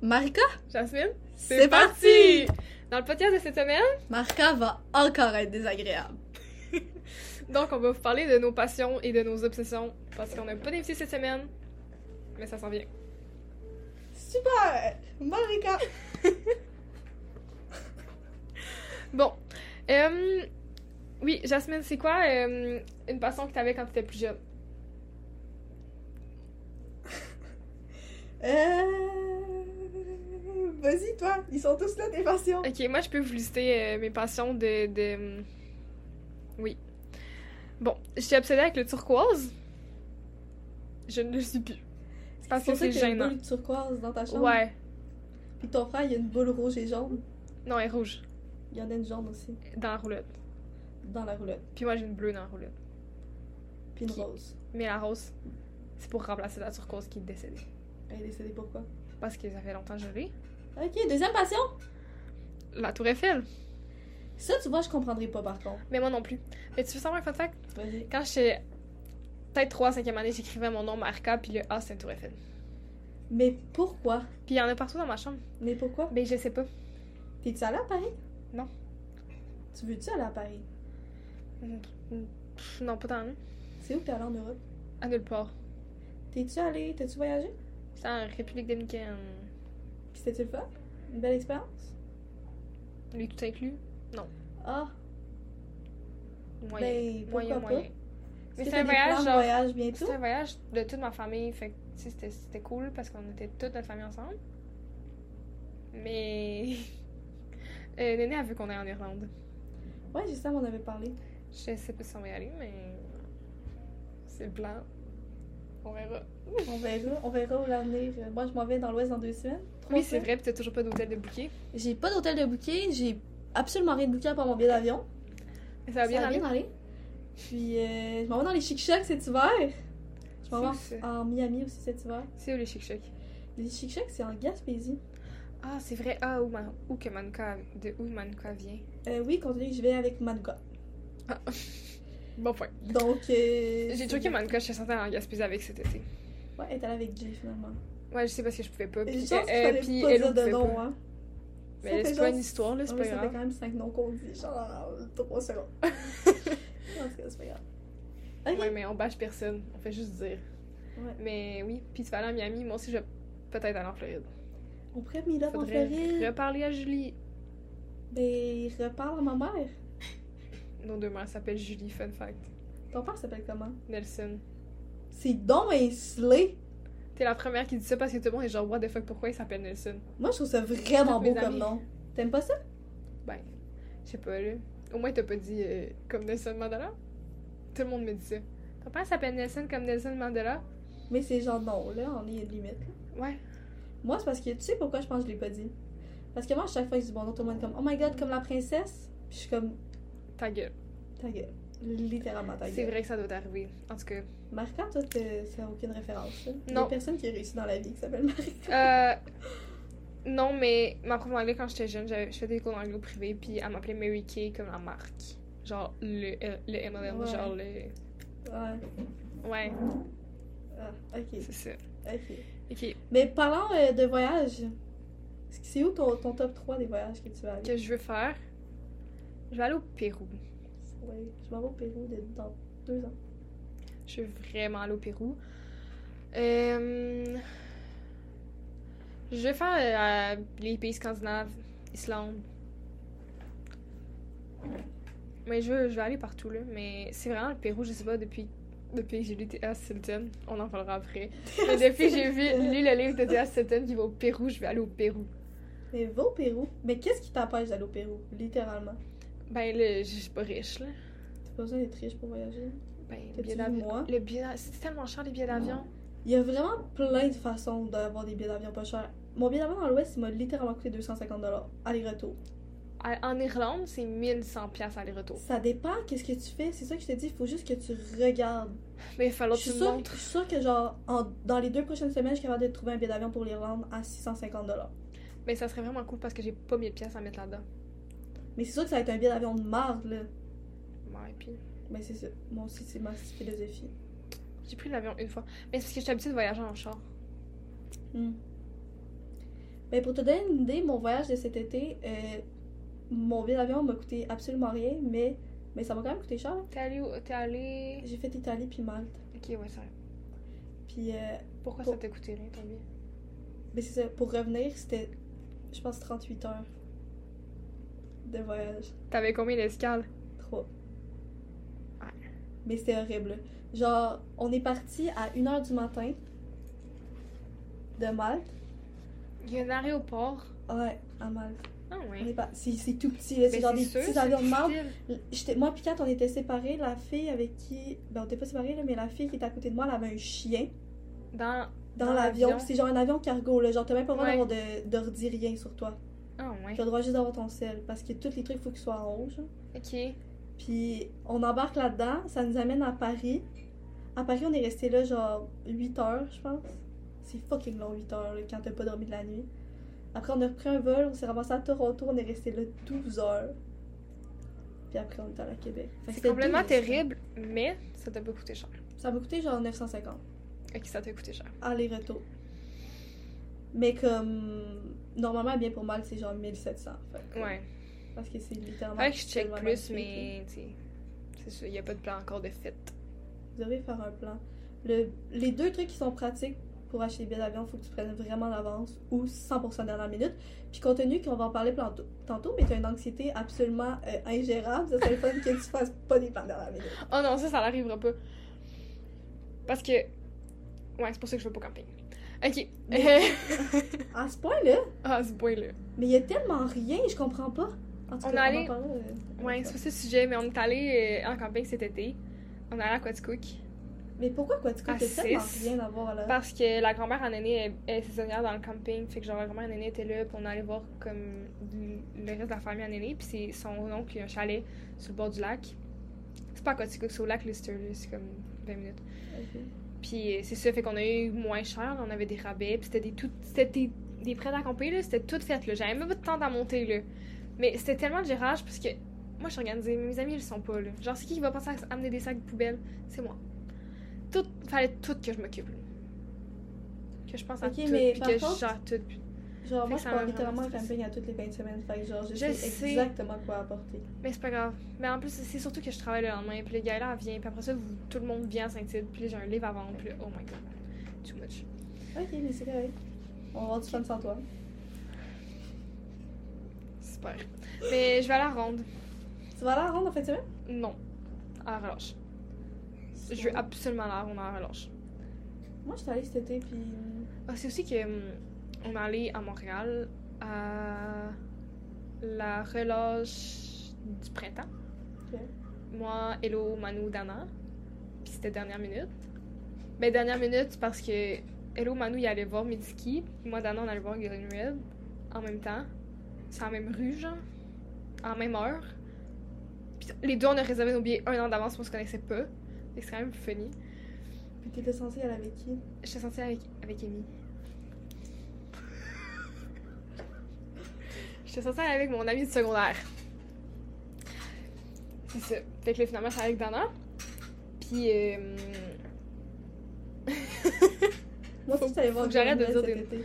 Marika, Jasmine, c'est parti! Dans le podcast de cette semaine, Marika va encore être désagréable. donc on va vous parler de nos passions et de nos obsessions parce qu'on n'a pas d'invité cette semaine, mais ça s'en vient. Super! Marika! Bon, euh, oui, Jasmine, c'est quoi euh, une passion que t'avais quand t'étais plus jeune? Euh... Vas-y, toi, ils sont tous là, tes passions. Ok, moi je peux vous lister euh, mes passions de, de- euh, Oui. Bon, j'étais obsédée avec le turquoise. Je ne le suis plus. Parce que c'est qu'il y a une gênant. boule turquoise dans ta chambre. Ouais. Puis ton frère, il y a une boule rouge et jaune. Non, elle est rouge. Il y en a une jaune aussi, Dans la roulotte. dans la roulette. Puis moi j'ai une bleue dans la roulotte. Puis une Qui- rose. Mais la rose, c'est pour remplacer la turquoise qui est décédée. Elle est décédée pourquoi? Parce que ça fait longtemps que je l'ai. Ok, deuxième passion. La tour Eiffel. Ça, tu vois, je comprendrais pas par contre. Mais moi non plus. Mais tu veux savoir un fun fact? Vas-y. Quand j'étais peut-être 3 5e année, j'écrivais mon nom Marca, puis le A, c'est une tour Eiffel. Mais pourquoi? Puis il y en a partout dans ma chambre. Mais pourquoi? Mais je sais pas. T'es-tu allée à Paris? Non. Tu veux-tu aller à Paris? Pff, Non, pas tant. hein. C'est où que t'es allée en Europe? À nulle part. T'es-tu allée? T'as-tu voyagé? C'était en République dominicaine. Puis c'était-tu le fun? Une belle expérience? Lui tout inclus. Ah! Moyen. Ben, pourquoi moyen, pas? moyen. Est-ce Mais que c'était t'as des un voyage, plans de genre- voyage bientôt? C'était un voyage de toute ma famille. Fait que, tu sais, c'était- c'était cool parce qu'on était toute notre famille ensemble. Mais. Euh, Néné a vu qu'on est en Irlande. Ouais, j'ai ça, on en avait parlé. Je sais pas si on va y aller, mais. C'est le plan. On verra. On verra, on verra où l'avenir. Euh, Moi, je m'en vais dans l'Ouest dans deux semaines. Trois Oui, c'est semaines. vrai, pis t'as toujours pas d'hôtel de bouquet. J'ai pas d'hôtel de bouquet, j'ai absolument rien de bouquet pour mon billet d'avion. Mais ça va bien aller. aller. Puis, euh, je m'en vais dans les chic-chocs cet hiver. Je m'en C'est vais où, en, en Miami aussi cet hiver. C'est où les chic chocs Les chic-chocs, c'est en Gaspésie. Ah, c'est vrai. Ah, où, ma- où que Manuka... de où Manuka vient. Euh, oui, compte tenu que je vais avec Manuka. Bon point. Donc, euh, J'ai c'est- truqué Manuka, je suis sortie en Gaspésie avec cet été. Ouais, elle est allée avec Jay finalement. Ouais, je sais parce que je pouvais pas. Et je Puis, pense qu'il euh, fallait puis pas Hello dire de pouvait nom, pas. hein. Ça Mais fait c'est pas genre- une histoire, là, Ah c'est oui, pas ça fait grave. quand même 5 noms qu'on dit, genre 3 secondes. en tout cas, c'est pas grave. Ok. Ouais, mais on bâche personne. On fait juste dire. Ouais. Mais oui, puis tu vas aller en Miami. Moi aussi, je vais peut-être aller en Floride. On pourrait meet up en Faudrait Floride. reparler à Julie. Ben, reparle à ma mère. Nos deux mères s'appellent Julie, fun fact. Ton père s'appelle comment? Nelson. C'est donc un slay. T'es la première qui dit ça parce que tout le monde est genre, what the fuck, pourquoi il s'appelle Nelson? Moi, je trouve ça vraiment Mes beau comme amis. nom. T'aimes pas ça? Ben, je sais pas, là. Au moins, t'as pas dit euh, comme Nelson Mandela? Tout le monde me dit ça. Ton père s'appelle Nelson comme Nelson Mandela? Mais c'est genre non, là, on est à une limite. là. Ouais. Moi, c'est parce que tu sais pourquoi je pense que je l'ai pas dit. Parce que moi, à chaque fois, je dis bon nom, tout le monde est comme Oh my god, comme la princesse. Puis je suis comme Ta gueule. ta gueule. Littéralement ta gueule. C'est vrai que ça doit t'arriver. En tout cas. Marika, toi, t'as t'as aucune référence. là. Il y a Non. personne qui réussit dans la vie qui s'appelle Marika. Euh, non, mais ma prof d'anglais, quand j'étais jeune, j'avais- je faisais des cours d'anglais au privé, puis elle m'appelait Mary Kay comme la marque. Genre le, euh, le MLM, Ouais. genre le. Ouais. Ouais, Ah, ok, c'est ça. ok. Ok, Mais parlant euh, de voyage, est-ce que c'est où ton, ton top 3 des voyages que tu vas aller? que je veux faire. Je vais aller au Pérou. Ouais, je m'en vais au Pérou de- dans deux ans. Je veux vraiment aller au Pérou. Euh, je vais faire euh, les pays scandinaves, Islande. Mais je, veux- je vais aller partout, là. Mais c'est vraiment le Pérou, je sais pas, depuis, depuis que j'ai lu T.A. Stilton. On en parlera après. Mais depuis que j'ai vu- lu le livre de T.A. Stilton qui va au Pérou, je vais aller au Pérou. Mais va au Pérou. Mais qu'est-ce qui t'empêche d'aller au Pérou? Littéralement. Ben là, je je suis pas riche, là. T'as pas besoin d'être riche pour voyager. Ben, T'as-tu le billet vu d'avion. moi? Le billet d'a- C'est tellement cher, les billets d'avion. Il y a vraiment plein de façons d'avoir des billets d'avion pas chers. Mon billet d'avion dans l'Ouest, il m'a littéralement coûté 250$ aller-retour. À- En Irlande, c'est 1100$ aller-retour. Ça dépend qu'est-ce que tu fais. C'est ça que je te dis, il faut juste que tu regardes. Mais Ben, il Je fallait que suis tu me sûre, montres. je suis sûre que genre, en- dans les deux prochaines semaines, je suis capable de trouver un billet d'avion pour l'Irlande à 650$. Mais ça serait vraiment cool parce que j'ai pas mes pièces à mettre là-dedans. Mais c'est sûr que ça va être un billet d'avion de marde, là. Ouais, puis Mais c'est ça. Moi aussi, c'est ma philosophie. j'ai pris l'avion une fois. Mais c'est parce que j'étais habituée de voyager en char. Mais Ben, pour te donner une idée, mon voyage de cet été, euh, mon billet d'avion m'a coûté absolument rien, mais, mais ça m'a quand même coûté cher. T'es allé où- T'es allé. J'ai fait Italie puis Malte. Ok, ouais, c'est vrai. Puis, euh, Pourquoi Pour- ça t'a coûté rien, ton billet mais c'est ça, pour revenir, c'était, je pense, 38 heures de voyage. T'avais combien d'escales 3. Ouais. Mais c'était horrible. Genre, on est parti à 1h du matin de Malte. Il y a un aéroport. Ouais, à Malte. Ah, ouais. On est pas... c'est, c'est tout petit, là. C'est Ben, genre des sûr, petits c'est avions de Malte. difficile. J'étais- Moi puis Kat, on était séparés. La fille avec qui... Ben, on était pas séparés, là, mais la fille qui était à côté de moi, elle avait un chien Dans. dans, Dans l'avion. l'avion. Puis C'est genre un avion cargo, là. Genre, t'as même pas le droit Ouais. d'avoir de... d'ordi rien sur toi. Ah, ouais. T'as le droit juste d'avoir ton sel. Parce que tous les trucs, faut qu'ils soient en rouge. Ok. Puis on embarque là-dedans, ça nous amène à Paris. À Paris, on est resté là genre 8 heures, je pense. C'est fucking long 8 heures là, quand t'as pas dormi de la nuit. Après, on a repris un vol, on s'est ramassé à Toronto, on est resté là 12 heures. Puis après, on est allé à Québec. Fait que C'est c'était complètement 12. terrible, mais ça t'a pas coûté cher. Ça m'a coûté genre 950, Ok, ça t'a coûté cher. aller-retour. Mais comme. Normalement, bien pour mal, c'est genre 1700. fait que- Ouais. Parce que c'est littéralement. Faudrait que je check tellement plus, magnifique, là. mais. tu sais, C'est sûr, il n'y a pas de plan encore de fête. Vous devez faire un plan. Le- les deux trucs qui sont pratiques pour acheter des billets d'avion, il faut que tu prennes vraiment d'avance ou 100% dernière minute. Puis compte tenu qu'on va en parler plantôt- tantôt, mais tu as une anxiété absolument euh, ingérable, ça serait le fun que tu fasses pas des plans dernière minute. Oh non, ça, ça n'arrivera pas. Parce que. Ouais, c'est pour ça que je veux pas camping. Ok. À ce point-là, ah, ce point-là. mais il y a tellement rien, je comprends pas. En tout On cas, allait- en parlera, euh, Ouais, une c'est fois. pas ça le sujet, mais on est allé euh, en camping cet été. On est allé à Quaticook. Mais pourquoi quoi, tu À c'est tellement six. rien à voir là? Parce que la grand-mère en aînée est, est saisonnière dans le camping. Fait que genre, la grand-mère en aînée était là, puis on allait voir comme le reste de la famille en aînée. Puis c'est son oncle qui a un chalet sur le bord du lac. C'est pas à Quaticook, c'est au lac Lister, là, c'est comme 20 minutes. Ok. Puis euh, c'est ça, fait qu'on a eu moins cher, on avait des rabais, puis c'était des tout, c'était des, des prêts à camper, là, c'était tout fait, là. J'avais même pas de temps à monter, là. Mais c'était tellement de gérage, parce que moi, je suis organisée, mais mes amis, ils le sont pas, là. Genre, c'est qui qui va penser à amener des sacs de poubelle? C'est moi. Tout, fallait tout que je m'occupe, là. Que je pense à Ok, tout, mais puis par que contre- je gère tout. puis- Genre, Fait moi que je ça pars m'a littéralement en vraiment camping à toutes les fins de semaine, fait que genre, je, Je sais, sais. exactement quoi apporter. Mais c'est pas grave. Mais en plus, c'est surtout que je travaille le lendemain, puis le gars là vient, puis après ça, vous- tout le monde vient à Saint-Tite, puis là, j'ai un livre à vendre, puis là, oh my god, too much. Ok, mais c'est correct. On va avoir du fun sans toi. Super. Mais je vais à la ronde. Tu vas aller à la ronde en fin de semaine? Non. À la relâche. Je veux absolument la ronde à la relâche. Moi, j'étais allée cet été, puis. Ah, c'est aussi que hum, on est allé à Montréal à la relâche du printemps. Ok. Moi, Hello, Manu, Dana. Puis c'était dernière minute. Mais dernière minute c'est parce que Hello, Manu, il allait voir Midski. Moi, Dana, on allait voir Greenwood en même temps. C'est en même rue, genre. En même heure. Puis les deux, on a réservé nos billets un an d'avance, on se connaissait pas. Fait que C'est quand même funny. Puis t'étais censée aller avec qui J'étais sortie avec, avec Amy. J'étais sortie avec mon ami de secondaire. C'est ça. Fait que là, finalement, j'étais avec Dana. Puis. euh, Moi aussi, Faut- j'étais allée voir faut que j'arrête de Green Mile dire cet été.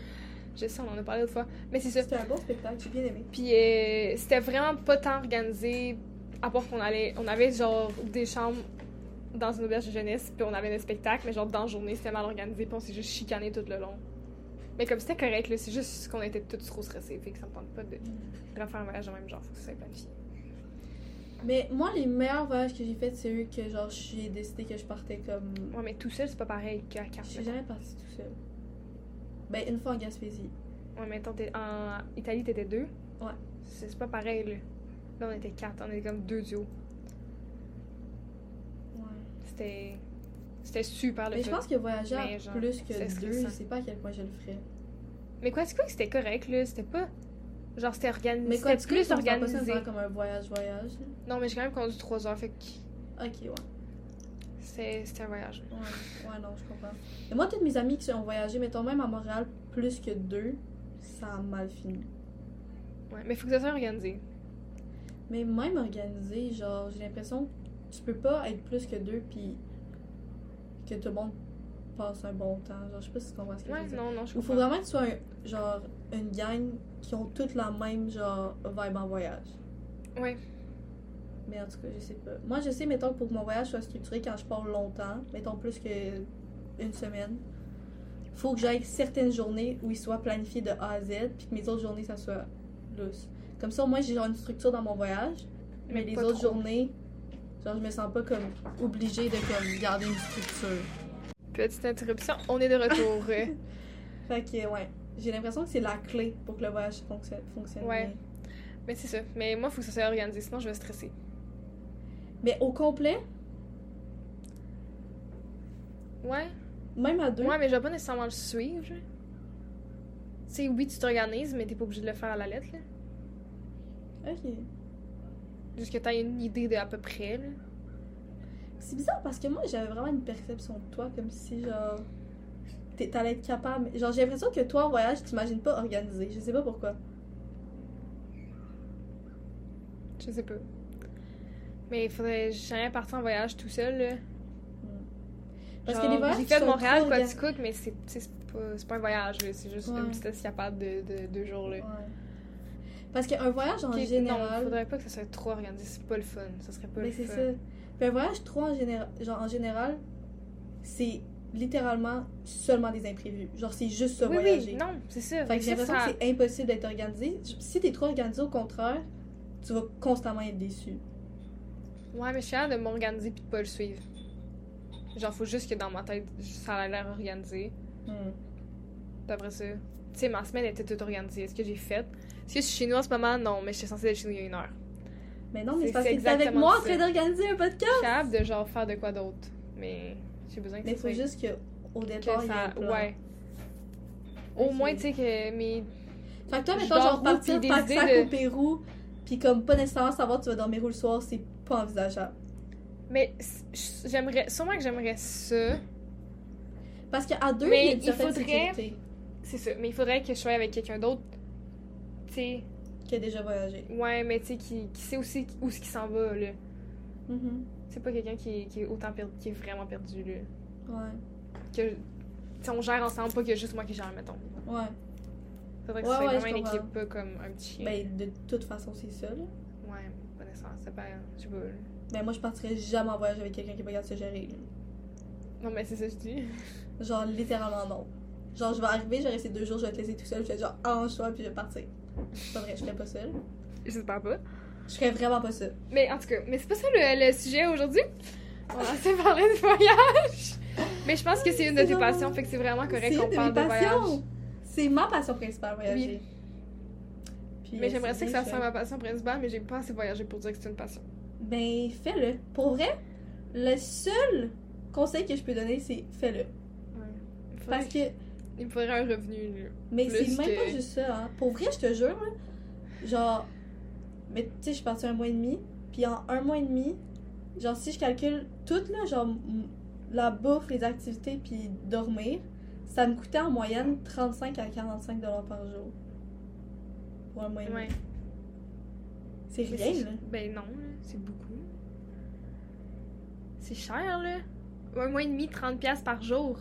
je sais, on en a parlé l'autre fois. Mais c'est ça. C'était un bon spectacle, j'ai bien aimé. Puis euh, c'était vraiment pas tant organisé, à part qu'on allait, on avait genre des chambres dans une auberge de jeunesse, puis on avait des spectacles, mais genre dans la journée c'était mal organisé, puis on s'est juste chicané tout le long. Mais comme c'était correct, là, c'est juste qu'on était toutes trop stressées, fait que ça me tente pas de, de refaire un voyage dans le même genre, faut que ça soit planifié. Mais moi, les meilleurs voyages que j'ai faits, c'est eux que genre j'ai décidé que je partais comme. Ouais, mais tout seul c'est pas pareil qu'à carte. Je suis jamais partie tout seul. Ben, une fois en Gaspésie. Ouais, mais attends, t'es- en Italie t'étais deux. Ouais. C'est c'est pas pareil, là. Là on était quatre, on était comme deux duos. Ouais. C'était. C'était super le Mais je fun. pense que voyager à Mais genre, plus c'est que deux, stressant. je sais pas à quel point je le ferais. Mais quoi, c'est quoi que c'était correct, là? C'était pas. Genre, c'était organisé. Mais quand C'était tu plus pas ça organisé. vraiment comme un voyage-voyage. là. Non, mais j'ai quand même conduit 3 heures, fait que Ok, ouais. c'est- c'était un voyage. Ouais, ouais, non, je comprends. Et moi, toutes mes amies qui ont voyagé, mettons même à Montréal, plus que deux, ça a mal fini. Ouais, mais faut que ça soit organisé. Mais même organisé, genre, j'ai l'impression que tu peux pas être plus que deux puis que tout le monde passe un bon temps. Genre, je sais pas si tu comprends ce que je Ouais, veux dire. non, non, je Il faut comprends. vraiment que tu sois un- genre une gang qui ont toutes la même genre vibe en voyage. Ouais. Mais en tout cas, je sais pas. Moi, je sais, mettons, que pour que mon voyage soit structuré quand je pars longtemps, mettons plus que une semaine, faut que j'aille certaines journées où il soit planifié de A à Z, puis que mes autres journées, ça soit lousse. Comme ça, moi, j'ai genre une structure dans mon voyage, mais, les pas autres trop. journées, genre, je me sens pas comme obligée de comme, garder une structure. Petite interruption, on est de retour. Fait que, ouais, j'ai l'impression que c'est la clé pour que le voyage fonctionne. fonctionne Ouais. bien. Mais c'est ça. Mais moi, il faut que ça soit organisé, sinon je vais stresser. Mais au complet, Ouais. même à deux, Ouais, mais je vais pas nécessairement le suivre. genre. Tu sais, oui, tu t'organises, mais t'es pas obligé de le faire à la lettre, là. ok. Juste que t'aies une idée de à peu près, là. C'est bizarre parce que moi, j'avais vraiment une perception de toi comme si, genre, t'es- t'allais être capable. Genre, j'ai l'impression que toi, en voyage, t'imagines pas organisé. Je sais pas pourquoi. Je sais pas. Mais il faudrait jamais partir en voyage tout seul, là. Parce Genre, que les voyages. J'ai qui fait sont Montréal, trop organi- Quaticook, mais c'est tu sais, c'est pas, c'est pas un voyage, là. C'est juste Ouais. une petite escapade de, de deux jours, là. Ouais. Parce qu'un voyage en Ok, Non, général. faudrait pas que ça soit trop organisé, c'est pas le fun. Ça serait pas Mais le fun. c'est ça. Puis un voyage trop en général, genre en général, c'est littéralement seulement des imprévus. Genre c'est juste se oui, voyager. oui, non, c'est ça. Fait que j'ai ça, l'impression ça- que c'est impossible d'être organisé. Si t'es trop organisé, au contraire, tu vas constamment être déçu. Ouais, mais je suis hâte de m'organiser puis de pas le suivre. Genre, faut juste que dans ma tête, ça a l'air organisé. Hmm. Puis après ça, tu sais, ma semaine était toute organisée. Est-ce que j'ai fait? Est-ce que je suis chez nous en ce moment? Non, mais j'étais censée être chez nous il y a une heure. Mais non, mais C'est- c'est parce c'est que t'es avec exactement moi en ça. train d'organiser un podcast. Je suis capable de genre faire de quoi d'autre. Mais j'ai besoin que Mais ça faut soit- juste que au que départ, il y ait un ça... plan. Ouais. Au Ok. moins, tu sais que mes... Fait que toi, Je mettons, dors genre où, partir puis des par sac idées au de- Pérou, puis comme pas nécessairement savoir tu vas dormir où le soir, c'est pas envisageable. Mais c- j'aimerais... Sûrement que j'aimerais ça. Parce qu'à deux, Mais il y a une il certaine faudrait- sécurité C'est ça. Mais il faudrait que je sois avec quelqu'un d'autre. Tu sais, qui a déjà voyagé. ouais, mais tu sais, qui, qui sait aussi où ce qui s'en va, là. Mhm. C'est pas quelqu'un qui, est- qui est autant perdu, qui est vraiment perdu, là. Ouais. Que, t'sais, on gère ensemble, pas que juste moi qui gère, mettons. Ouais. Faudrait que Ouais, ce soit ouais, vraiment je une comprends. équipe, pas comme un petit chien. Ben, de toute façon, c'est ça, là. Ouais, connaissance, c'est pas, je sais pas. là. Ben, moi, je partirais jamais en voyage avec quelqu'un qui est pas capable de se gérer. là. Non, mais c'est ça que je dis. Genre, littéralement, non. Genre, je vais arriver, je vais rester deux jours, je vais te laisser tout seul, je vais être genre, arrange-toi, puis je vais partir. C'est pas vrai, je serais pas seule. J'espère pas. Je serais vraiment pas seule. Mais en tout cas, mais c'est pas ça le, le sujet aujourd'hui. On a assez parlé de voyage. Mais je pense que c'est une de C'est tes vraiment- passions, fait que c'est vraiment C'est correct une qu'on de parle mes de voyage. passions! C'est ma passion principale, voyager. Puis, Mais euh, j'aimerais c'est ça que bien ça soit ma passion principale, mais j'ai pas assez voyagé pour dire que c'est une passion. Ben, fais-le. Pour vrai, le seul conseil que je peux donner, c'est fais-le. Ouais. Parce que Il me faudrait un revenu, là. Mais Plus c'est même que- pas juste ça, hein. Pour vrai, je te jure, là, genre, mais tu sais, je suis partie un mois et demi, puis en un mois et demi, genre, si je calcule tout, là, genre, m- la bouffe, les activités, puis dormir, ça me coûtait en moyenne 35 à 45 dollars par jour. Pour un mois et demi. Ouais. C'est Mais rien, c'est- Ben, là. Ben non, là, c'est beaucoup. C'est cher, là. Un mois et demi, 30$ piastres par jour.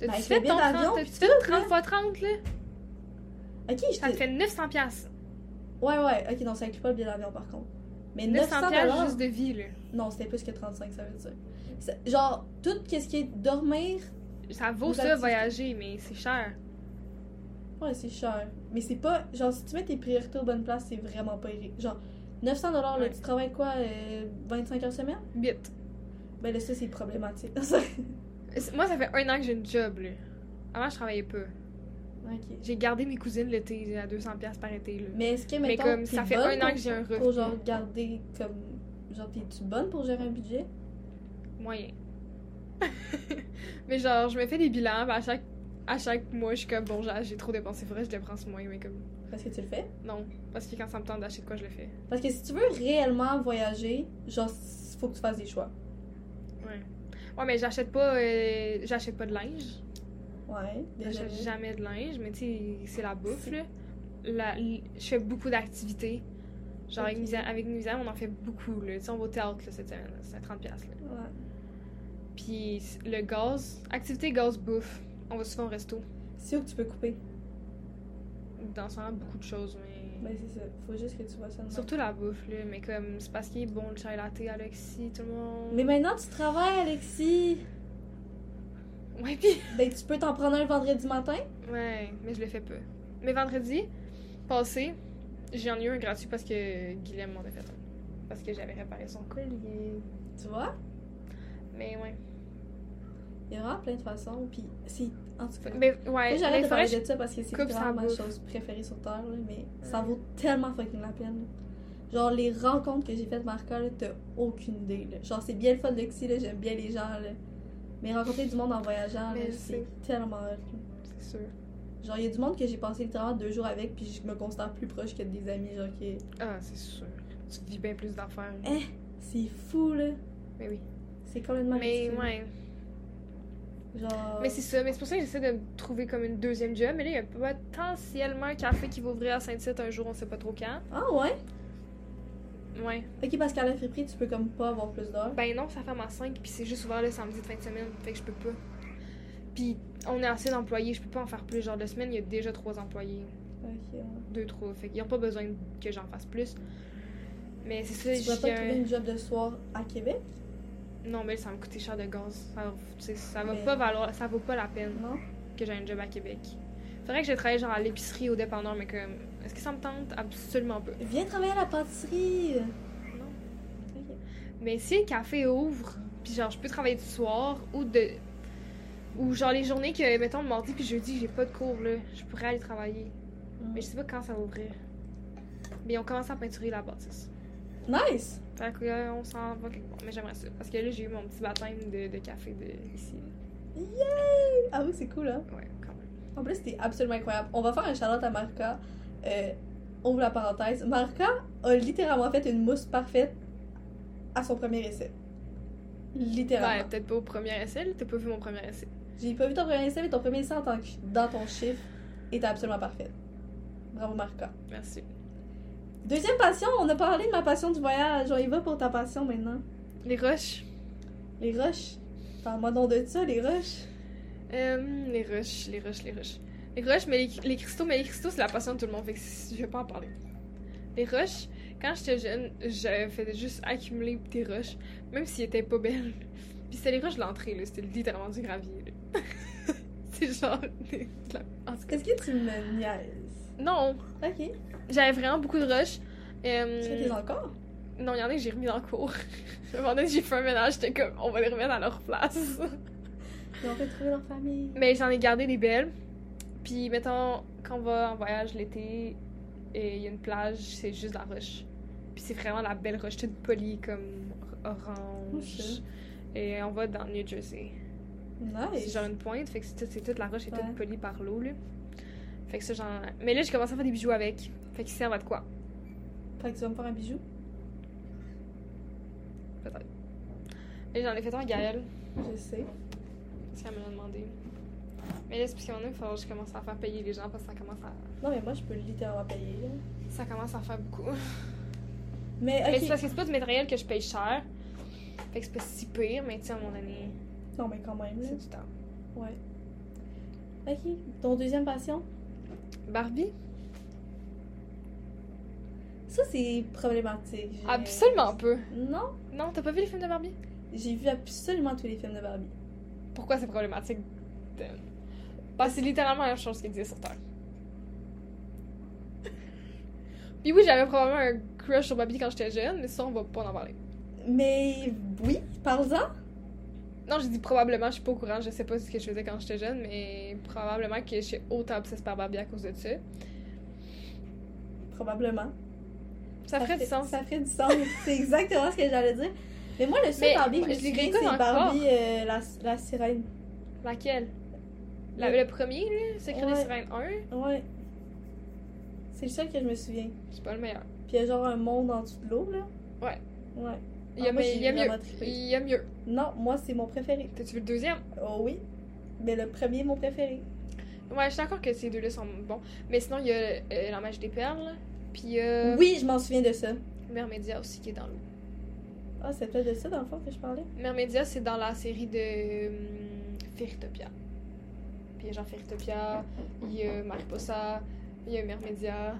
Ben, tu avec fais le ton billet 30, d'avion, t'as- puis tu fais tout, hein. 30 là. fois 30, là. Ok, je Ça te te... fait 900$. piastres. Ouais, ouais, ok, non, ça inclut pas le billet d'avion, par contre. Mais 900 900$ dollars... piastres juste de vie, là. Non, c'était plus que 35, ça veut dire. C'est- Genre, tout ce qui est dormir, Ça vaut Aux ça, activités. voyager, mais c'est cher. Ouais, c'est cher. Mais c'est pas. Genre, si tu mets tes priorités aux bonnes places, c'est vraiment pas. irré- Genre, 900 dollars, Ouais. tu travailles quoi euh, 25 heures semaine Vite. Ben là, ça, c'est problématique. C'est- Moi, ça fait un an que j'ai une job, là. Avant, je travaillais pas. ok. J'ai gardé mes cousines l'été à 200$ piastres par été, là. Mais est-ce que, Mais mettons, comme t'es ça fait bonne un an pour- que j'ai un revenu. Pour genre garder comme. Genre, t'es-tu bonne pour gérer un budget moyen. mais genre, je me fais des bilans, puis à chaque, à chaque mois, je suis comme, bon, j'ai j'ai trop dépensé, faudrait que je dépense moins, mais comme, Parce que tu le fais. non. Parce que quand ça me tente d'acheter de quoi, je le fais. Parce que si tu veux réellement voyager, genre, s- faut que tu fasses des choix. Ouais, mais j'achète pas, euh, j'achète pas de linge. Ouais, déjà. J'achète jamais de linge, mais tu sais, c'est la bouffe, là. La- l- je fais beaucoup d'activités. Genre, avec Ok. Nuzia- avec Nuzia, on en fait beaucoup, là. Tu sais, on va au théâtre, là, cette semaine, c'est à 30$, là. Ouais. Puis le gaz, activité gaz bouffe, on va souvent au resto. C'est où que tu peux couper. Dans ce moment, beaucoup de choses, mais. Ben, c'est ça. Faut juste que tu vois ça. de Surtout la bouffe, là. Mais comme, c'est parce qu'il est bon le chai latte, Alexis, tout le monde. même. Mais maintenant, tu travailles, Alexis. Ouais, pis. Ben, tu peux t'en prendre un le vendredi matin. Ouais, mais je le fais peu. Mais vendredi passé, j'en ai eu un gratuit parce que Guilhem m'en a fait un. Parce que j'avais réparé son collier. Tu vois? Mais ouais. Il y aura plein de façons. Puis, si. En tout cas. Mais ben, ouais, Moi, mais j'arrête de faudrait que parler de ça parce que c'est coupe sa vraiment ma bouffe. chose préférée sur Terre, là, mais ça vaut tellement fucking la peine. là. Genre, les rencontres que j'ai faites, Marca, là, t'as aucune idée. là. Genre, c'est bien le fun de Xy, là, j'aime bien les gens, là. Mais rencontrer du monde en voyageant, là, Mais je c'est sais. tellement. hot, là. je- C'est sûr. Genre, il y a du monde que j'ai passé littéralement deux jours avec, puis je me considère plus proche que des amis, genre, que. Ah, c'est sûr. Tu vis bien plus d'affaires. Eh. C'est fou, là. Mais oui. C'est complètement Mais ridicule. ouais. Genre. Mais c'est ça. Mais c'est pour ça que j'essaie de me trouver comme une deuxième job. Mais là, il y a potentiellement un café qui va ouvrir à Sainte-Tite un jour, on sait pas trop quand. Ah ouais? Ouais. Ok, parce qu'à la friperie, tu peux comme pas avoir plus d'heures. Ben non, ça ferme à 5 puis c'est juste ouvert le samedi de fin de semaine, fait que je peux pas. Puis on est assez d'employés, je peux pas en faire plus. Genre de semaine, il y a déjà trois employés, Ok, ouais. deux trois, fait qu'ils ont pas besoin que j'en fasse plus. Mais c'est Tu ça, pourrais pas j'ai- trouver une job de soir à Québec, non mais ça va me coûter cher de gaz, ça, tu sais, ça va Mais- pas valoir, ça vaut pas la peine non? que j'ai un job à Québec. Faudrait que j'ai travaillé genre à l'épicerie au dépendant, mais comme est-ce que ça me tente absolument pas. Viens travailler à la pâtisserie. Non. Ok. Mais si le café ouvre, puis genre je peux travailler du soir ou de ou genre les journées que mettons le mardi puis jeudi j'ai pas de cours là, je pourrais aller travailler. Mais je sais pas quand ça va ouvrir. Mais ils ont commencé à peinturer la bâtisse. Nice. Fait que là, on s'en va quelque part. Mais j'aimerais ça. Parce que là j'ai eu mon petit baptême de, de café de ici. Yay! Ah oui, c'est cool hein. Ouais, quand même. En plus, c'était absolument incroyable. On va faire un shout-out à Marca. Euh, ouvre la parenthèse. Marca a littéralement fait une mousse parfaite à son premier essai. Littéralement. Ouais, peut-être pas au premier essai, là. t'as pas vu mon premier essai. J'ai pas vu ton premier essai, mais ton premier essai en tant que, dans ton chiffre était absolument parfait. Bravo Marca. Merci. Deuxième passion, on a parlé de ma passion du voyage. On y va pour ta passion maintenant. Les roches. Les roches. Parle-moi donc de ça, les roches. Euh, les rushs, les rushs, les rushs. Les rushs, mais les, les cristaux, mais les cristaux, c'est la passion de tout le monde, fait que je vais pas en parler. Les rushs, quand j'étais jeune, je faisais juste accumuler des rushs, même s'ils étaient pas belles. Puis c'était les rushs de l'entrée, là, c'était littéralement du gravier, là. c'est genre. des- de la- en tout cas, Est-ce que tu me niaises? non, Ok. j'avais vraiment beaucoup de rushs. Euh, Tu fais tes encore? non, il y en a que j'ai remis en cours. À un moment donné, j'ai fait un ménage, j'étais comme, on va les remettre à leur place. Ils ont retrouvé leur famille. Mais j'en ai gardé des belles. Puis, mettons, quand on va en voyage l'été et il y a une plage, c'est juste de la roche. Puis c'est vraiment la belle roche toute polie, comme orange. Et on va dans le New Jersey. C'est Nice. genre une pointe, fait que c'est tout- c'est toute la roche est Ouais. toute polie par l'eau, là. Fait que ça, j'en... Mais là, j'ai commencé à faire des bijoux avec. Fait qu'ils servent à de quoi? Fait que tu vas me faire un bijou? Peut-être. Et j'en ai fait un à Gaëlle, Je sais. parce qu'elle me l'a demandé. Mais là, c'est parce qu'il y en a, il faut que je commence à faire payer les gens, parce que ça commence à... Non, mais moi, je peux littéralement payer. là. Ça commence à faire beaucoup. Mais Mais c'est ok. parce que c'est pas du matériel que je paye cher. Fait que c'est pas si pire, mais tu sais, à mon année, Non, mais quand même. là. c'est du temps. Ouais. Ok. Ton deuxième passion? Barbie? Ça, c'est problématique. J'ai- Absolument peu. Non. Euh, Non, t'as pas vu les films de Barbie? J'ai vu absolument tous les films de Barbie. Pourquoi c'est problématique? de- Parce que c'est littéralement la même chose qui existe sur Terre. Puis oui, j'avais probablement un crush sur Barbie quand j'étais jeune, mais ça, on va pas en parler. Mais oui, parle-en. Non, j'ai dit probablement, je suis pas au courant, je sais pas ce que je faisais quand j'étais jeune, mais probablement que je suis autant obsesse par Barbie à cause de ça. Probablement. Ça, ferait fait- du sens. Ça ferait du sens. c'est exactement ce que j'allais dire. Mais moi, le seul Mais Barbie que moi, je je les dirais, réécoute c'est encore. Barbie, euh, la, la sirène. Laquelle? La- Le- le premier, là? Secret Ouais. des Sirènes 1? Ouais. C'est le seul que je me souviens. C'est pas le meilleur. Puis il y a genre un monde en dessous de l'eau, là. Ouais. Ouais. Il y a, Ah, moi, mais- j'ai il y a vraiment mieux. trippé. Il y a mieux. Non, moi, c'est mon préféré. T'as-tu vu le deuxième? Oh oui. Mais le premier, est mon préféré. Ouais, je suis d'accord que ces deux-là sont bons. Mais sinon, il y a euh, La Magie des Perles. Puis il y a Oui, je m'en souviens de ça. Mermédia aussi qui est dans l'eau. Ah, c'est peut-être de ça, dans le fond, que je parlais. Mermédia, c'est dans la série de hum, Fairytopia. Puis il y a genre Fairytopia, il y a Mariposa, il y a Mermedia,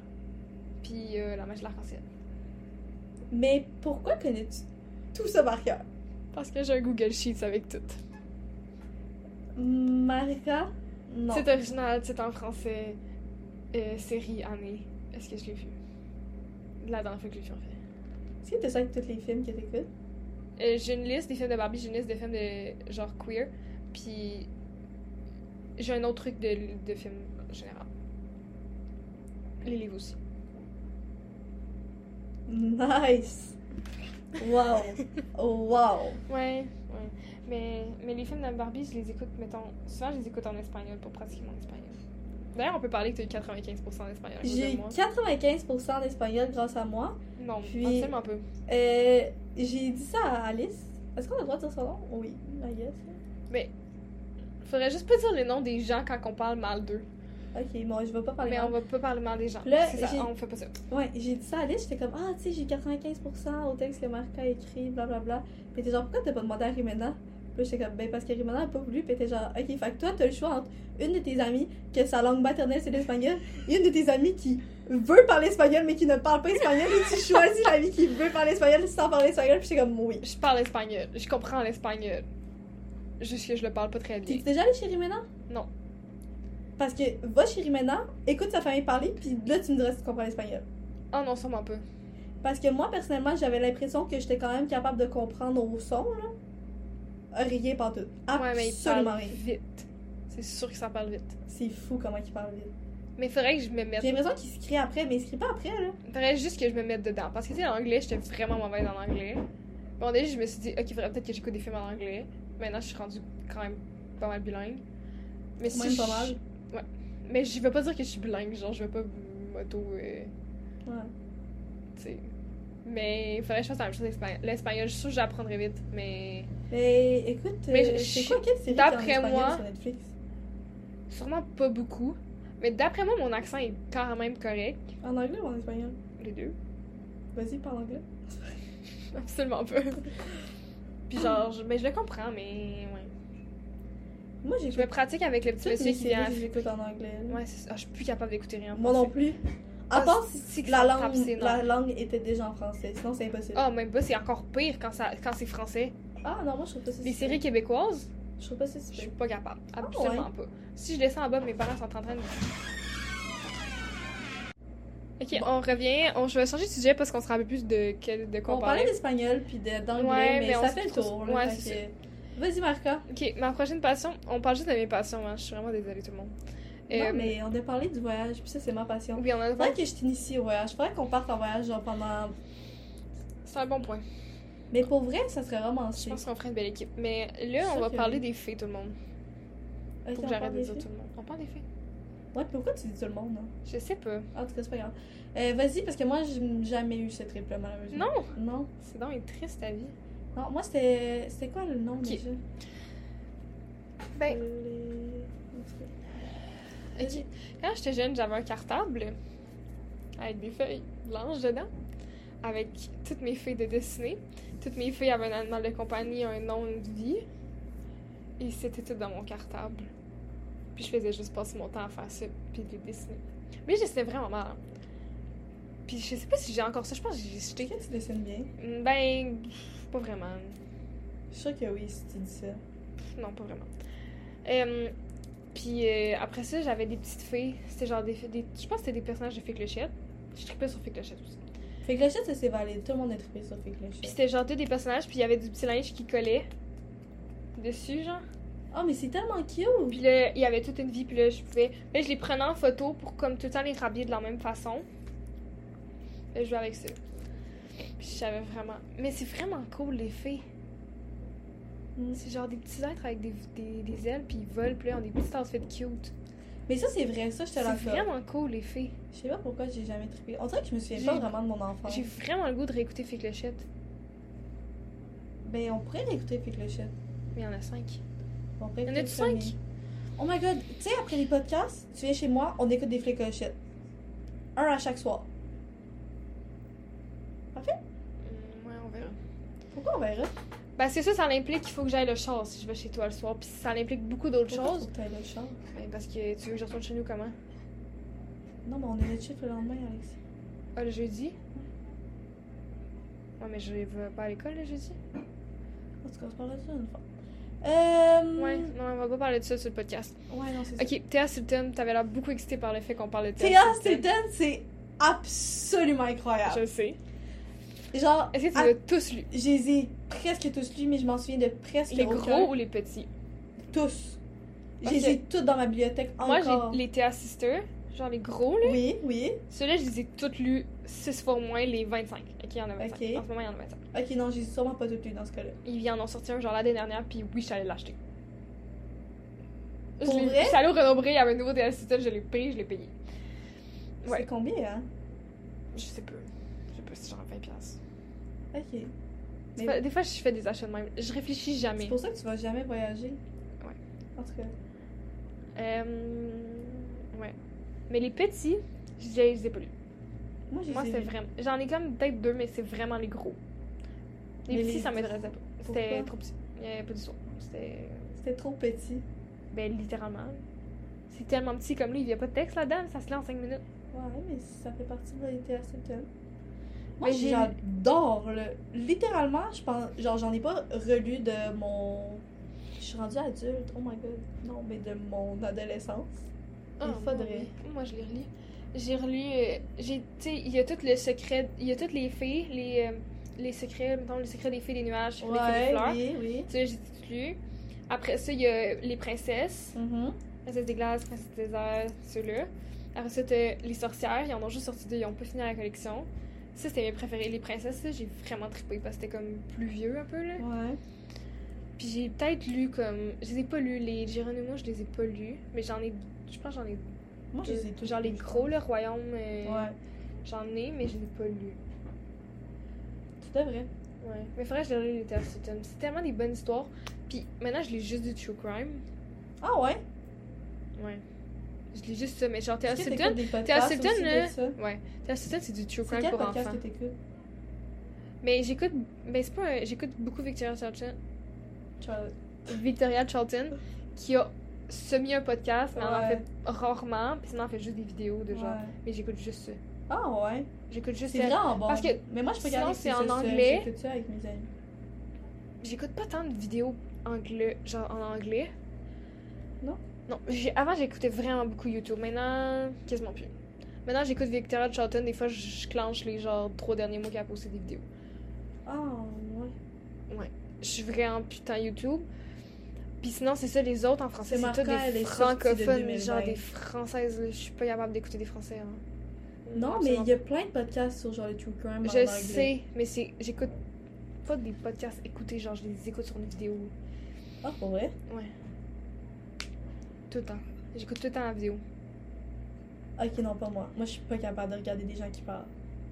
puis il y a la magie de l'arc-en-ciel. Mais pourquoi connais-tu tout ça par cœur? Parce que j'ai un Google Sheets avec tout. Marika? Non. C'est original, c'est en français, euh, série, année. Est-ce que je l'ai vu? La dernière fois que je l'ai vu, en fait. Est-ce que t'es ça avec tous les films que t'écoutes? Euh, j'ai une liste des films de Barbie, j'ai une liste des films de genre queer, puis j'ai un autre truc de, de films en général. Les livres aussi. Nice! Wow! Oh, wow! Ouais, ouais. Mais, mais les films de Barbie, je les écoute, mettons, souvent je les écoute en espagnol pour pratiquer mon espagnol. D'ailleurs, on peut parler que tu as 95% d'espagnol. à cause de J'ai moi. 95% d'espagnol grâce à moi. Non, puis- absolument pas. Euh, J'ai dit ça à Alice. Est-ce qu'on a le droit de dire son nom? Oui, I guess. Faudrait juste pas dire les noms des gens quand on parle mal d'eux. Ok, bon, je vais pas parler Mais mal. on va pas parler mal des gens. Là, C'est ça, Ah, j'ai- on fait pas ça. Ouais, j'ai dit ça à Alice, j'étais comme Ah, tu sais, j'ai 95% au texte que Marca a écrit, blablabla. Puis t'es genre, pourquoi t'as pas demandé à Rimena Puis là, j'étais comme, ben parce que Rimena a pas voulu. Puis t'es genre, ok, fait que toi, t'as le choix entre une de tes amies, que sa langue maternelle c'est l'espagnol, et une de tes amies qui veut parler espagnol mais qui ne parle pas espagnol, et tu choisis l'amie qui veut parler espagnol sans parler espagnol. Puis j'étais comme, oui. Je parle espagnol, je comprends l'espagnol. Juste que je le parle pas très T'es bien. déjà allé chez Rimena Non. Parce que va chez Rimena, écoute sa famille parler, puis là, tu me diras si tu comprends l'espagnol. Ah non, sûrement pas. Parce que moi, personnellement, j'avais l'impression que j'étais quand même capable de comprendre au son, là. Rien pas tout. ouais, mais il Absolument parle rien. vite. C'est sûr que ça parle vite. C'est fou comment il parle vite. Mais faudrait que je me mette. J'ai l'impression qu'il se crie après, mais il se crie pas après, là. Faudrait juste que je me mette dedans. Parce que tu sais, l'anglais, j'étais vraiment mauvaise en anglais. Bon, déjà, je me suis dit, ok, faudrait peut-être que j'écoute des films en anglais. Maintenant, je suis rendue quand même pas mal bilingue. Mais si Même pas je- mal. Mais je veux pas dire que je suis bilingue, genre, je veux pas m'auto. euh, Ouais. tu sais. Mais faudrait que je fasse la même chose avec l'espagnol. L'espagnol, je suis sûre que j'apprendrai vite, mais. Mais écoute, Mais euh, je- c'est je- quoi quelle série qui est en d'après espagnol moi- sur Netflix? Sûrement pas beaucoup. Mais d'après moi, mon accent est quand même correct. En anglais ou en espagnol? Les deux. Vas-y, parle anglais. Absolument pas. Puis genre, je, mais je le comprends, mais ouais. Moi, Je me j'écoute pratique avec le petit toutes monsieur mes qui vient. séries, je les écoute en anglais. là. Ouais, c'est ça. Ah, je suis plus capable d'écouter rien. en Moi non français. plus. À Ah, part c'est- si c'est que la ça me tape, langue, c'est la langue était déjà en français, sinon c'est impossible. Ah, même pas, c'est encore pire quand, ça, quand c'est français. Ah non, moi je trouve pas ça Ah, Les super. séries québécoises, Je trouve pas ça je suis super. pas capable. Absolument pas. Si je descends en bas, mes parents sont en train de. Ok, on revient. On, je vais changer de sujet parce qu'on se rappelle plus de, quel, de quoi on, On parlait. parlait d'espagnol puis de- d'anglais, Ouais, mais, mais on ça se fait le trouve- tour. là, ouais, fait c'est que- Vas-y, Marca. Ok, ma prochaine passion, on parle juste de mes passions, hein. je suis vraiment désolée tout le monde. Euh, Non, mais on a parlé du voyage, puis ça, c'est ma passion. Oui, on a le droit. Faudrait que je t'initie au voyage. Faudrait qu'on parte en voyage genre pendant. C'est un bon point. Mais pour vrai, ça serait Je romancé. pense qu'on ferait une belle équipe. Mais Je suis là, on sûre va que parler oui. des fées, tout le monde. Ok, Faut on que j'arrête parle de des dire filles. tout le monde. On parle des fées Ouais, pourquoi tu dis tout le monde, non? Je sais pas. En tout cas, c'est pas grave. Euh, Vas-y, parce que moi, j'ai jamais eu ce trip-là, malheureusement. Non Non. C'est donc une triste ta vie. Non, moi, c'était. C'était quoi le nom Ok. déjà? Ben, Les- ok. Quand j'étais jeune, j'avais un cartable avec des feuilles blanches dedans, avec toutes mes fées de dessinée. Toutes mes fées avaient un animal de compagnie, un nom, une vie. Et c'était tout dans mon cartable. Puis je faisais juste passer mon temps à faire ça, puis de les dessiner. Mais je dessinais vraiment mal. hein. Puis je sais pas si j'ai encore ça, je pense que j'ai jeté. Est-ce que tu dessines bien? Ben, pff, pas vraiment. Je suis sûre que oui, si tu dis ça. Non, pas vraiment. Euh, puis euh, après ça, j'avais des petites fées. C'était genre des, fées- des- Je pense que c'était des personnages de fées clochettes. Je trippais sur fées clochettes aussi. Fait que la chute, ça c'est valide. Tout le monde est trippé sur Fait que la Puis chute. c'était genre deux des personnages, puis il y avait du petit linge qui collait dessus, genre. Oh, mais c'est tellement cute! Puis là, il y avait toute une vie, puis là, je pouvais. Là, je les prenais en photo pour comme tout le temps les rhabiller de la même façon. Là, je jouais avec ça. Puis je savais vraiment. Mais c'est vraiment cool, les fées. Mm. C'est genre des petits êtres avec des, des, des ailes, puis ils volent, puis là, ils ont des petites outfits cute. Mais ça, c'est vrai, ça, je te C'est l'accorde. vraiment cool, les fées. Je sais pas pourquoi j'ai jamais trippé. On dirait que je me souviens J'ai- pas vraiment de mon enfance. J'ai vraiment le goût de réécouter Fée Clochette. Ben, on pourrait l'écouter, puis que le chat. Mais il y en a cinq. On pourrait Il y en a-tu écouter le cinq? premier. Oh my god, tu sais, après les podcasts, tu viens chez moi, on écoute des flics chat. Un à chaque soir. ouais, on verra. Pourquoi on verra? Ben, c'est sûr, ça l'implique qu'il faut que j'aille le char si je vais chez toi le soir. Puis ça l'implique beaucoup d'autres Pourquoi choses. faut que t'ailles le char? Ben, parce que tu veux que je retourne chez nous comment Non, mais on est de chiffre le lendemain, Alexis. Ah, le jeudi Ouais, mais je vais pas à l'école le jeudi. En tout cas, on se parle de ça une fois. Euh... Ouais, non, on va pas parler de ça sur le podcast. Ouais, non, c'est ça. Ok, Théa Stilton, t'avais l'air beaucoup excitée par le fait qu'on parle de Théa. Théa Stilton, c'est absolument Je incroyable. le sais. Genre, Est-ce que tu à- les as tous lu je les ai presque tous lus, mais je m'en souviens de presque Les aucun. gros ou les petits Tous. Je Ok. les ai tous dans ma bibliothèque Moi, encore. j'ai les Théa Sisters, genre les gros, là. Oui, oui. Ceux-là, je les ai toutes lus 6 fois au moins, les 25. Ok, il y en a 25. Ok. En ce moment, il y en a 25. Ok, non, j'ai sûrement pas toutes lues dans ce cas-là. Ils y en ont sorti un genre l'année dernière, puis oui, je suis allée l'acheter. Je Pour l'ai- vrai? je suis allée au Renombré, il y avait un nouveau Théa Sisters, je l'ai pris, je l'ai payé. Ouais. C'est combien, hein? Je sais pas. Je sais pas si genre 20$. piastres. Ok. Des Mais- fois- Des fois, je fais des achats de même. Je réfléchis C'est jamais. pour ça que tu vas jamais voyager. Ouais. En tout cas. Euh, Ouais. Mais les petits, je les je les ai pas lus. Moi, j'ai Moi, c'est vraiment. J'en ai comme peut-être deux, mais c'est vraiment les gros. Les Mais petits, les- ça m'intéressait pas. C'était Pourquoi? trop petit. Il y avait pas d'histoire. C'était. C'était trop petit. Ben, littéralement. C'est tellement petit comme lui, il y a pas de texte là-dedans, ça se lit en 5 minutes. Ouais, mais ça fait partie de l'intérêt Stilton. Moi, Mais j'ai- j'adore, là. Littéralement, je pense. Genre, j'en ai pas relu de mon. Je suis rendue adulte, oh my god. Non, mais de mon adolescence. Ah, Il faudrait. Moi, moi, je les relis. J'ai relu. euh, j'ai, tu sais, il y a tout le secret. Il y a toutes les fées, les, euh, les secrets, mettons, le secret des fées des nuages, les fées des fleurs. oui, oui. Tu sais, j'ai tout lu. Après ça, il y a les princesses. Mhm. Princesse des glaces, Princesse des airs, ceux-là. Après ça, t'as les sorcières, ils en ont juste sorti deux, ils ont pas fini la collection. Ça, c'était mes préférés. Les princesses, là, j'ai vraiment trippé parce que c'était comme plus vieux un peu, là. Ouais. Puis j'ai peut-être lu comme. Je les ai pas lus, les Geronimo, je les ai pas lus, mais j'en ai. Je pense que j'en ai. Moi, je les ai deux. tous Genre les lus, je gros, pense. le royaume. euh, Ouais. J'en ai, mais je les ai pas lus. Tout est vrai. Ouais. Mais faudrait que je les relise, les Tales of Sutton. C'est tellement des bonnes histoires. Puis maintenant, je lis juste du True Crime. Ah ouais? Ouais. Je lis juste ça, mais genre Tales Est-ce que of Sutton. t'écoutes des Tales of podcasts Sutton, aussi là. de ça? Ouais. Tales of Sutton, c'est du True C'est Crime quel pour podcast enfants. que t'écoutes? Mais j'écoute. Mais c'est pas un- J'écoute beaucoup Victoria Charlton. Charlotte. Victoria Charlton qui a semi un podcast, mais elle Ah, en Ouais. fait rarement. Puis sinon, elle fait juste des vidéos de genre. Ouais. Mais j'écoute juste ça. Ah ouais? J'écoute juste C'est elle. vraiment bon. Parce que Mais moi, je peux sinon, garder c'est en anglais. J'écoute ça avec mes amis. J'écoute pas tant de vidéos anglais, genre en anglais. Non? Non. j'ai- Avant, j'écoutais vraiment beaucoup YouTube. Maintenant, quasiment plus. Maintenant, j'écoute Victoria Charlton. Des fois, je je clenche les genre trois derniers mots qu'elle a posté des vidéos. Ah ouais. Je suis vraiment putain YouTube. Puis sinon, c'est ça, les autres en français, C'est c'est tous marquant, elle des est sortie de francophones, genre 2020. des françaises. là. Je suis pas capable d'écouter des français. hein. Non, mais il y a plein de podcasts sur genre le true crime en Je anglais. sais, mais c'est j'écoute pas des podcasts écoutés, genre je les écoute sur une vidéo Ah, pour vrai? tout le temps. J'écoute tout le temps la vidéo. Ok, non, pas moi. Moi, je suis pas capable de regarder des gens qui parlent.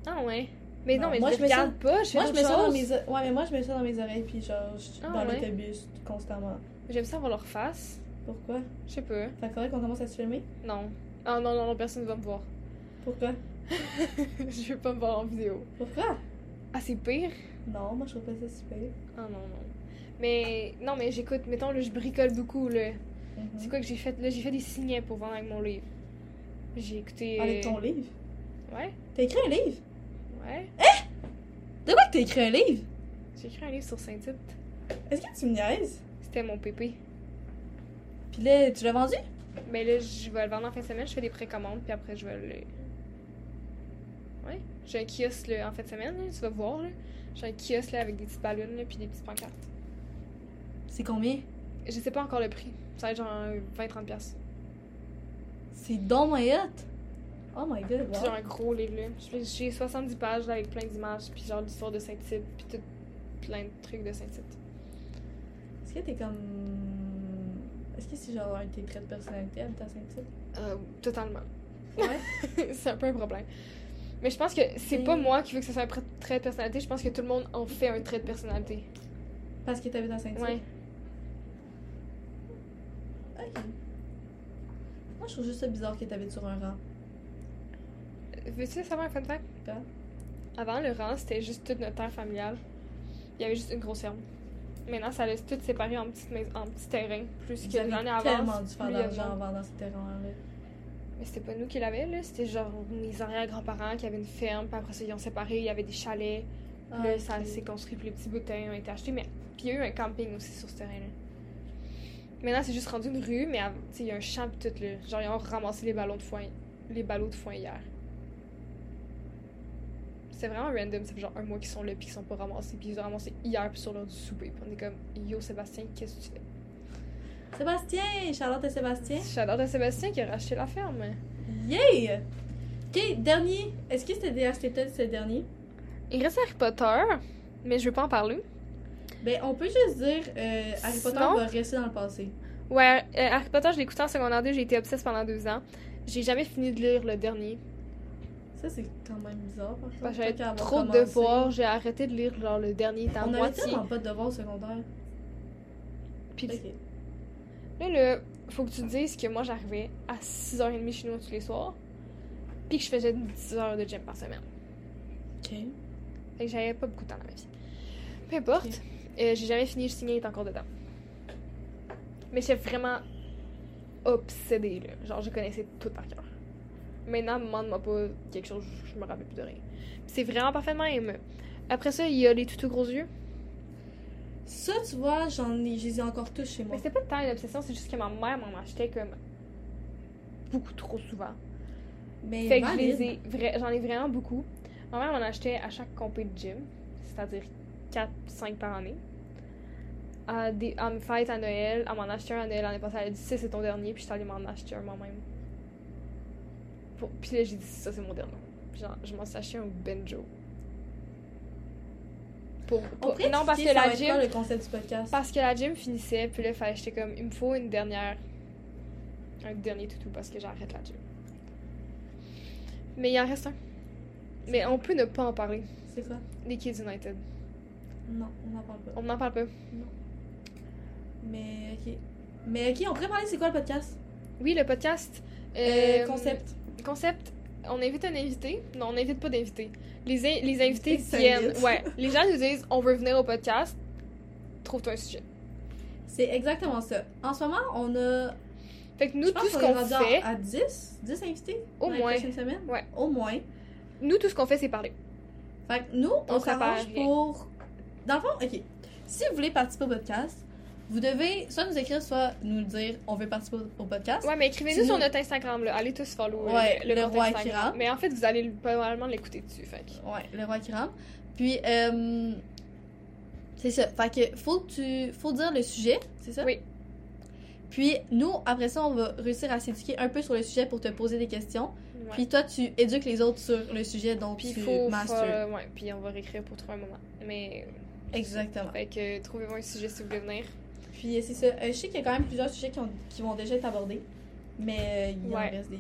Ah ouais. Mais non, Non, mais moi, je, je les mets ça- regarde pas, je fais Moi, je d'autres mets ça dans choses. mes oreilles. Ouais, mais moi, je mets ça dans mes oreilles, puis genre, je suis Ah, dans ouais. l'autobus constamment. J'aime ça voir leur face. Pourquoi? Je sais pas. Fait que faudrait qu'on commence à se filmer? Non. Ah non, non, non, personne va me voir. Pourquoi? je veux pas me voir en vidéo. Pourquoi? Ah, c'est pire. Non, moi, je trouve pas ça super. Ah non, non. Mais non, mais j'écoute, mettons, là, je bricole beaucoup, là. Mhm. C'est quoi que j'ai fait? Là, j'ai fait des signets pour vendre avec mon livre. J'ai écouté... Ah, euh, Avec ton livre? Ouais, T'as écrit un livre? ouais. De quoi que t'as écrit un livre? J'ai écrit un livre sur Saint-Tite. Est-ce que tu me niaises? C'était mon pépé. Puis là, tu l'as vendu? Mais là, je vais le vendre en fin de semaine. Je fais des précommandes, puis après, je vais le... Ouais. J'ai un kiosque, là, en fin de semaine, là, Tu vas voir, là. J'ai un kiosque, là, avec des petites ballons, là, puis des petites pancartes. C'est combien? Je sais pas encore le prix. Ça va être genre un 20-30$. piastres. C'est dans ma yacht? Oh my god, Puis genre wow. un gros livre, là. Je fais- J'ai 70 pages, là, avec plein d'images, puis genre l'histoire de Saint-Tite, puis tout... plein de trucs de Saint-Tite. Est-ce que t'es comme. Est-ce que c'est genre un de tes traits de personnalité à ta ceinture? Euh, totalement. Ouais. c'est un peu un problème. Mais je pense que c'est Mais- pas moi qui veux que ce soit un pr- trait de personnalité, je pense que tout le monde en fait un trait de personnalité. Parce que t'habites à Saint-Tite? Ouais. Ok. Moi, je trouve juste ça bizarre que t'habites sur un rang. Euh, Veux-tu savoir un fun fact? Quoi? Avant, le rang, c'était juste toute notre terre familiale. Il y avait juste une grosse ferme. maintenant, ça laisse tout séparé en petites mais- en petits terrains. Plus que Vous les années avez tellement avancent, dû plus faire il y a de d'argent en monde. vendant ce terrain-là. Mais c'était pas nous qui l'avions, là. C'était genre mes arrière-grands-parents qui avaient une ferme, puis après ça, ils ont séparé, il y avait des chalets. Puis là, Ah, ça ok. s'est construit, puis les petits boutins ont été achetés. Mais... Puis il y a eu un camping aussi sur ce terrain-là. Maintenant, c'est juste rendu une rue, mais av- tu sais, il y a un champ, puis tout, là. Genre, ils ont ramassé les ballons de foin, les ballots de foin hier. C'est vraiment random, ça fait genre un mois qu'ils sont là, puis qu'ils sont pas ramassés, puis ils les ont ramassés hier, puis sur l'heure du souper. Puis on est comme, yo Sébastien, qu'est-ce que tu fais? Sébastien! Charlotte et Sébastien. J'adore de Sébastien qui a racheté la ferme. Yay! Ok, dernier. Est-ce que c'était des Asclepiades, ce dernier? Il reste Harry Potter, mais je veux pas en parler. Ben, on peut juste dire euh, Harry Potter Sinon- va rester dans le passé. Ouais, euh, Harry Potter, je l'ai écouté en secondaire 2, j'ai été obsesse pendant deux ans. J'ai jamais fini de lire le dernier. Ça, c'est quand même bizarre, par Parce contre. que Ben, j'avais Tant qu'à avoir trop de commencé. devoirs, j'ai arrêté de lire genre le dernier temps On avait moitié. tellement pas de devoirs secondaires. Puis Ok. là, là, faut que tu te dises que moi j'arrivais à 6h30 chez nous tous les soirs, puis que je faisais 10 heures de gym par semaine. Ok. Fait que j'avais pas beaucoup de temps dans ma vie. Peu importe, euh, j'ai jamais fini, je signais, il est encore dedans. Mais j'étais vraiment obsédée, là. Genre, je connaissais tout par cœur. Maintenant, demande-moi pas quelque chose, je- je me rappelle plus de rien. Puis c'est vraiment parfait de même. Après ça, il y a les tout gros yeux. Ça, tu vois, j'en ai, je les ai encore tous chez Mais moi. c'était pas tant une obsession, c'est juste que ma mère m'en achetait comme beaucoup trop souvent. Mais Fait que je valide. les ai vra- j'en ai vraiment beaucoup. Ma mère m'en achetait à chaque compé de gym, c'est-à-dire 4-5 par année. À, des, à mes fêtes, à Noël, à m'en acheter un à Noël l'année passée, elle a dit ça c'est ton dernier, puis je suis allée m'en acheter un moi-même. Pour- Puis là j'ai dit ça c'est mon dernier. Puis j'en- je m'en suis acheté un banjo. Pour, On pour- pourrait non, parce que expliquer ça la va être gym. quoi, le concept du podcast. Parce que la gym finissait, puis là, il fallait acheter comme, il me faut une dernière. Un dernier toutou parce que j'arrête la gym. Mais il en reste un. Mais on peut ne pas en parler. C'est quoi? Les Kids United. Non, on n'en parle pas. On n'en parle pas. Mais ok. Mais ok, on pourrait parler c'est quoi le podcast? Oui, le podcast. Euh, euh, concept. Concept. On invite un invité. Non, on n'invite pas d'invité. Les, in- les invités Ils viennent. s'invitent. Ouais. Les gens nous disent on veut venir au podcast. Trouve-toi un sujet. C'est exactement ça. En ce moment, on a. Fait que je nous, tout pense ce qu'on est qu'on rendu à- fait, à 10 10 invités Au dans les moins. prochaines semaines. Ouais. Au moins. nous, tout ce qu'on fait, c'est parler. Fait que nous, on, On prépare s'arrange rien. pour. Dans le fond, ok. Si vous voulez participer au podcast, vous devez soit nous écrire, soit nous dire on veut participer au- au podcast. Ouais, mais écrivez-nous Sinon- sur notre Instagram, là. Allez tous follow euh, Ouais, le, le compte roi Instagram. Akira. Mais en fait, vous allez le- probablement l'écouter dessus. Fait. que- Ouais, le roi qui rampe. Puis, euh, c'est ça. Fait que faut, que tu, faut dire le sujet, c'est ça? Oui. Puis, nous, après ça, on va réussir à s'éduquer un peu sur le sujet pour te poser des questions. Ouais. Puis, toi, tu éduques les autres sur le sujet, donc Puis tu il faut. masters. faire- ouais, puis on va réécrire pour trouver un moment. Mais. Exactement. Fait que trouvez-moi un sujet si vous voulez venir. Puis, c'est ça. Euh, je sais qu'il y a quand même plusieurs sujets qui, ont- qui vont déjà être abordés, mais euh, il Ouais. en reste des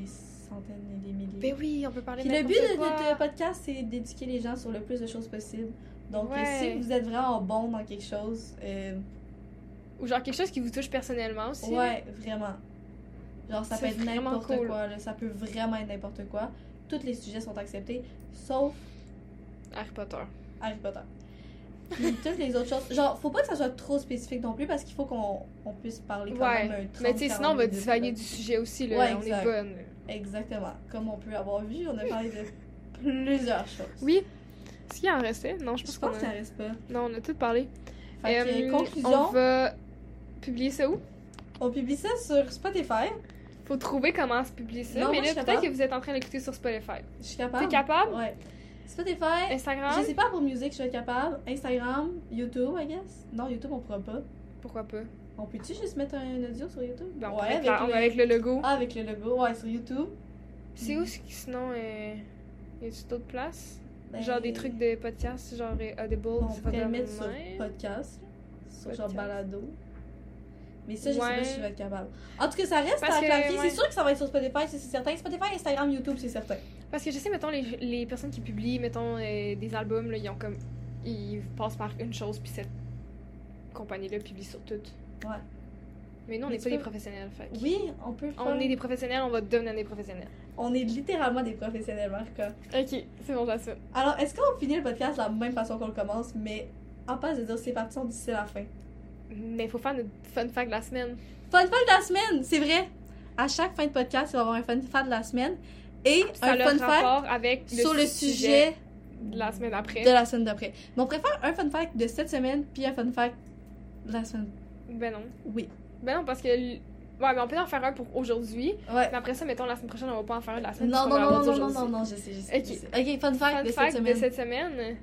centaines et des milliers. Ben oui, on peut parler Puis de le but de quoi. notre podcast, c'est d'éduquer les gens sur le plus de choses possible. Donc, euh, Ouais. si vous êtes vraiment bon dans quelque chose, euh, Ou genre quelque chose qui vous touche personnellement aussi. ouais, vraiment. Genre, ça C'est peut être vraiment n'importe cool. quoi, là. ça peut vraiment être n'importe quoi. Tous les sujets sont acceptés, sauf Harry Potter. Harry Potter. Puis toutes les autres choses. Genre, faut pas que ça soit trop spécifique non plus, parce qu'il faut qu'on on puisse parler quand Ouais. même un 30, Mais tu sais, sinon on 40 va minutes, divaguer là. du sujet aussi, là. Ouais, on exact. est bonne. Exactement. Comme on peut avoir vu, on a parlé de plusieurs choses. Oui. Est-ce qu'il en restait Non, je pense Je qu'on pense que ça a. reste pas. Non, on a tout parlé. Fait que, Euh, conclusion. On va publier ça où On publie ça sur Spotify. Faut trouver comment se publier ça. Non, moi, mais je là, suis peut-être capable. que vous êtes en train d'écouter sur Spotify. Je suis capable. T'es capable? Ouais. Spotify. Instagram? Je sais pas pour musique, je suis capable. Instagram, YouTube, I guess. Non, YouTube, on pourra pas. Pourquoi pas? On peut-tu juste mettre un audio sur YouTube? Ben, on ouais, pourrait avec, faire- on- le... avec le logo. Ah, avec le logo. Ouais, sur YouTube. C'est où ce qui- sinon euh, y a-tu d'autres places Ben, Genre des trucs de podcast, genre euh, Audible, On c'est pas pourrait de le mettre sur même. podcast. Sur genre Podcast. balado. Mais ça, je sais Ouais. pas si je vais être capable. En tout cas, ça reste Parce à que, clarifier. ouais. C'est sûr que ça va être sur Spotify, ça, c'est certain. Spotify, Instagram, YouTube, c'est certain. Parce que je sais, mettons, les, les personnes qui publient, mettons, euh, des albums, là, ils ont comme. Ils passent par une chose, puis cette compagnie-là publie sur toutes. Ouais. Mais nous, on Mais n'est tu pas des peux- professionnels, fait. que- Oui, on peut faire. On est des professionnels, on va devenir des professionnels. on est littéralement des professionnels, Marca. Ok, c'est bon, j'assume. Alors, est-ce qu'on finit le podcast de la même façon qu'on le commence, mais en passe de dire c'est parti, on dit c'est la fin? Mais faut faire notre fun fact de la semaine. Fun fact de la semaine, c'est vrai. À chaque fin de podcast, il va y avoir un fun fact de la semaine et Ça un a fun fact rapport avec sur le sujet de la semaine après. de la semaine d'après. Mais on préfère un fun fact de cette semaine puis un fun fact de la semaine. Ben non. Oui. Ben non, parce que. l- Ouais, mais on peut en faire un pour aujourd'hui. Ouais. Mais après ça, mettons, la semaine prochaine, on va pas en faire un de la semaine. Non, puisqu'on non, va non, avoir dit non, non, aujourd'hui. non, non, je sais, je sais. Ok. je sais. Ok, fun fact Fun de cette fact de semaine. cette semaine.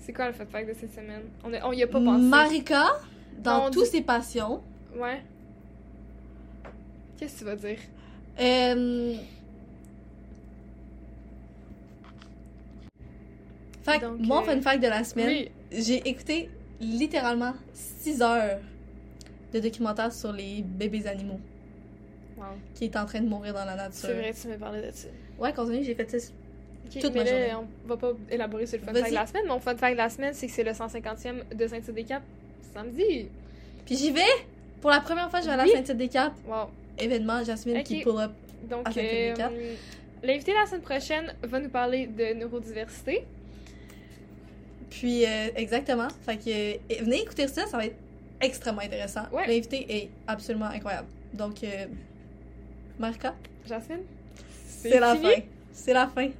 C'est quoi le fun fact de cette semaine? On, a- on y a pas pensé. Marika, dans On tous dit- ses passions, Ouais. Qu'est-ce que tu vas dire? euh... Fait que Donc, mon euh, fun fact de la semaine, Oui. J'ai écouté littéralement 6 heures de documentaire sur les bébés animaux Wow. qui est en train de mourir dans la nature. C'est vrai, tu me parlais de ça. Ouais, continue, j'ai fait ça. Ok, Toute mais ma là, on va pas élaborer sur le fun Vas-y. fact de la semaine. Mon fun fact de la semaine, c'est que c'est le 150e de Saint-Tite des Caps samedi. Puis j'y vais! Pour la première fois, je vais à la Oui. sainte des Capes. Wow. Événement, Jasmine Ok. qui pull up. Donc, À Saint-Tite des Caps. euh, l'invité la semaine prochaine va nous parler de neurodiversité. Puis, euh, exactement. Fait que, euh, et venez écouter ça, ça va être extrêmement intéressant. Ouais. L'invité est absolument incroyable. Donc, euh, Marika, Jasmine? c'est la fini? fin. C'est la fin.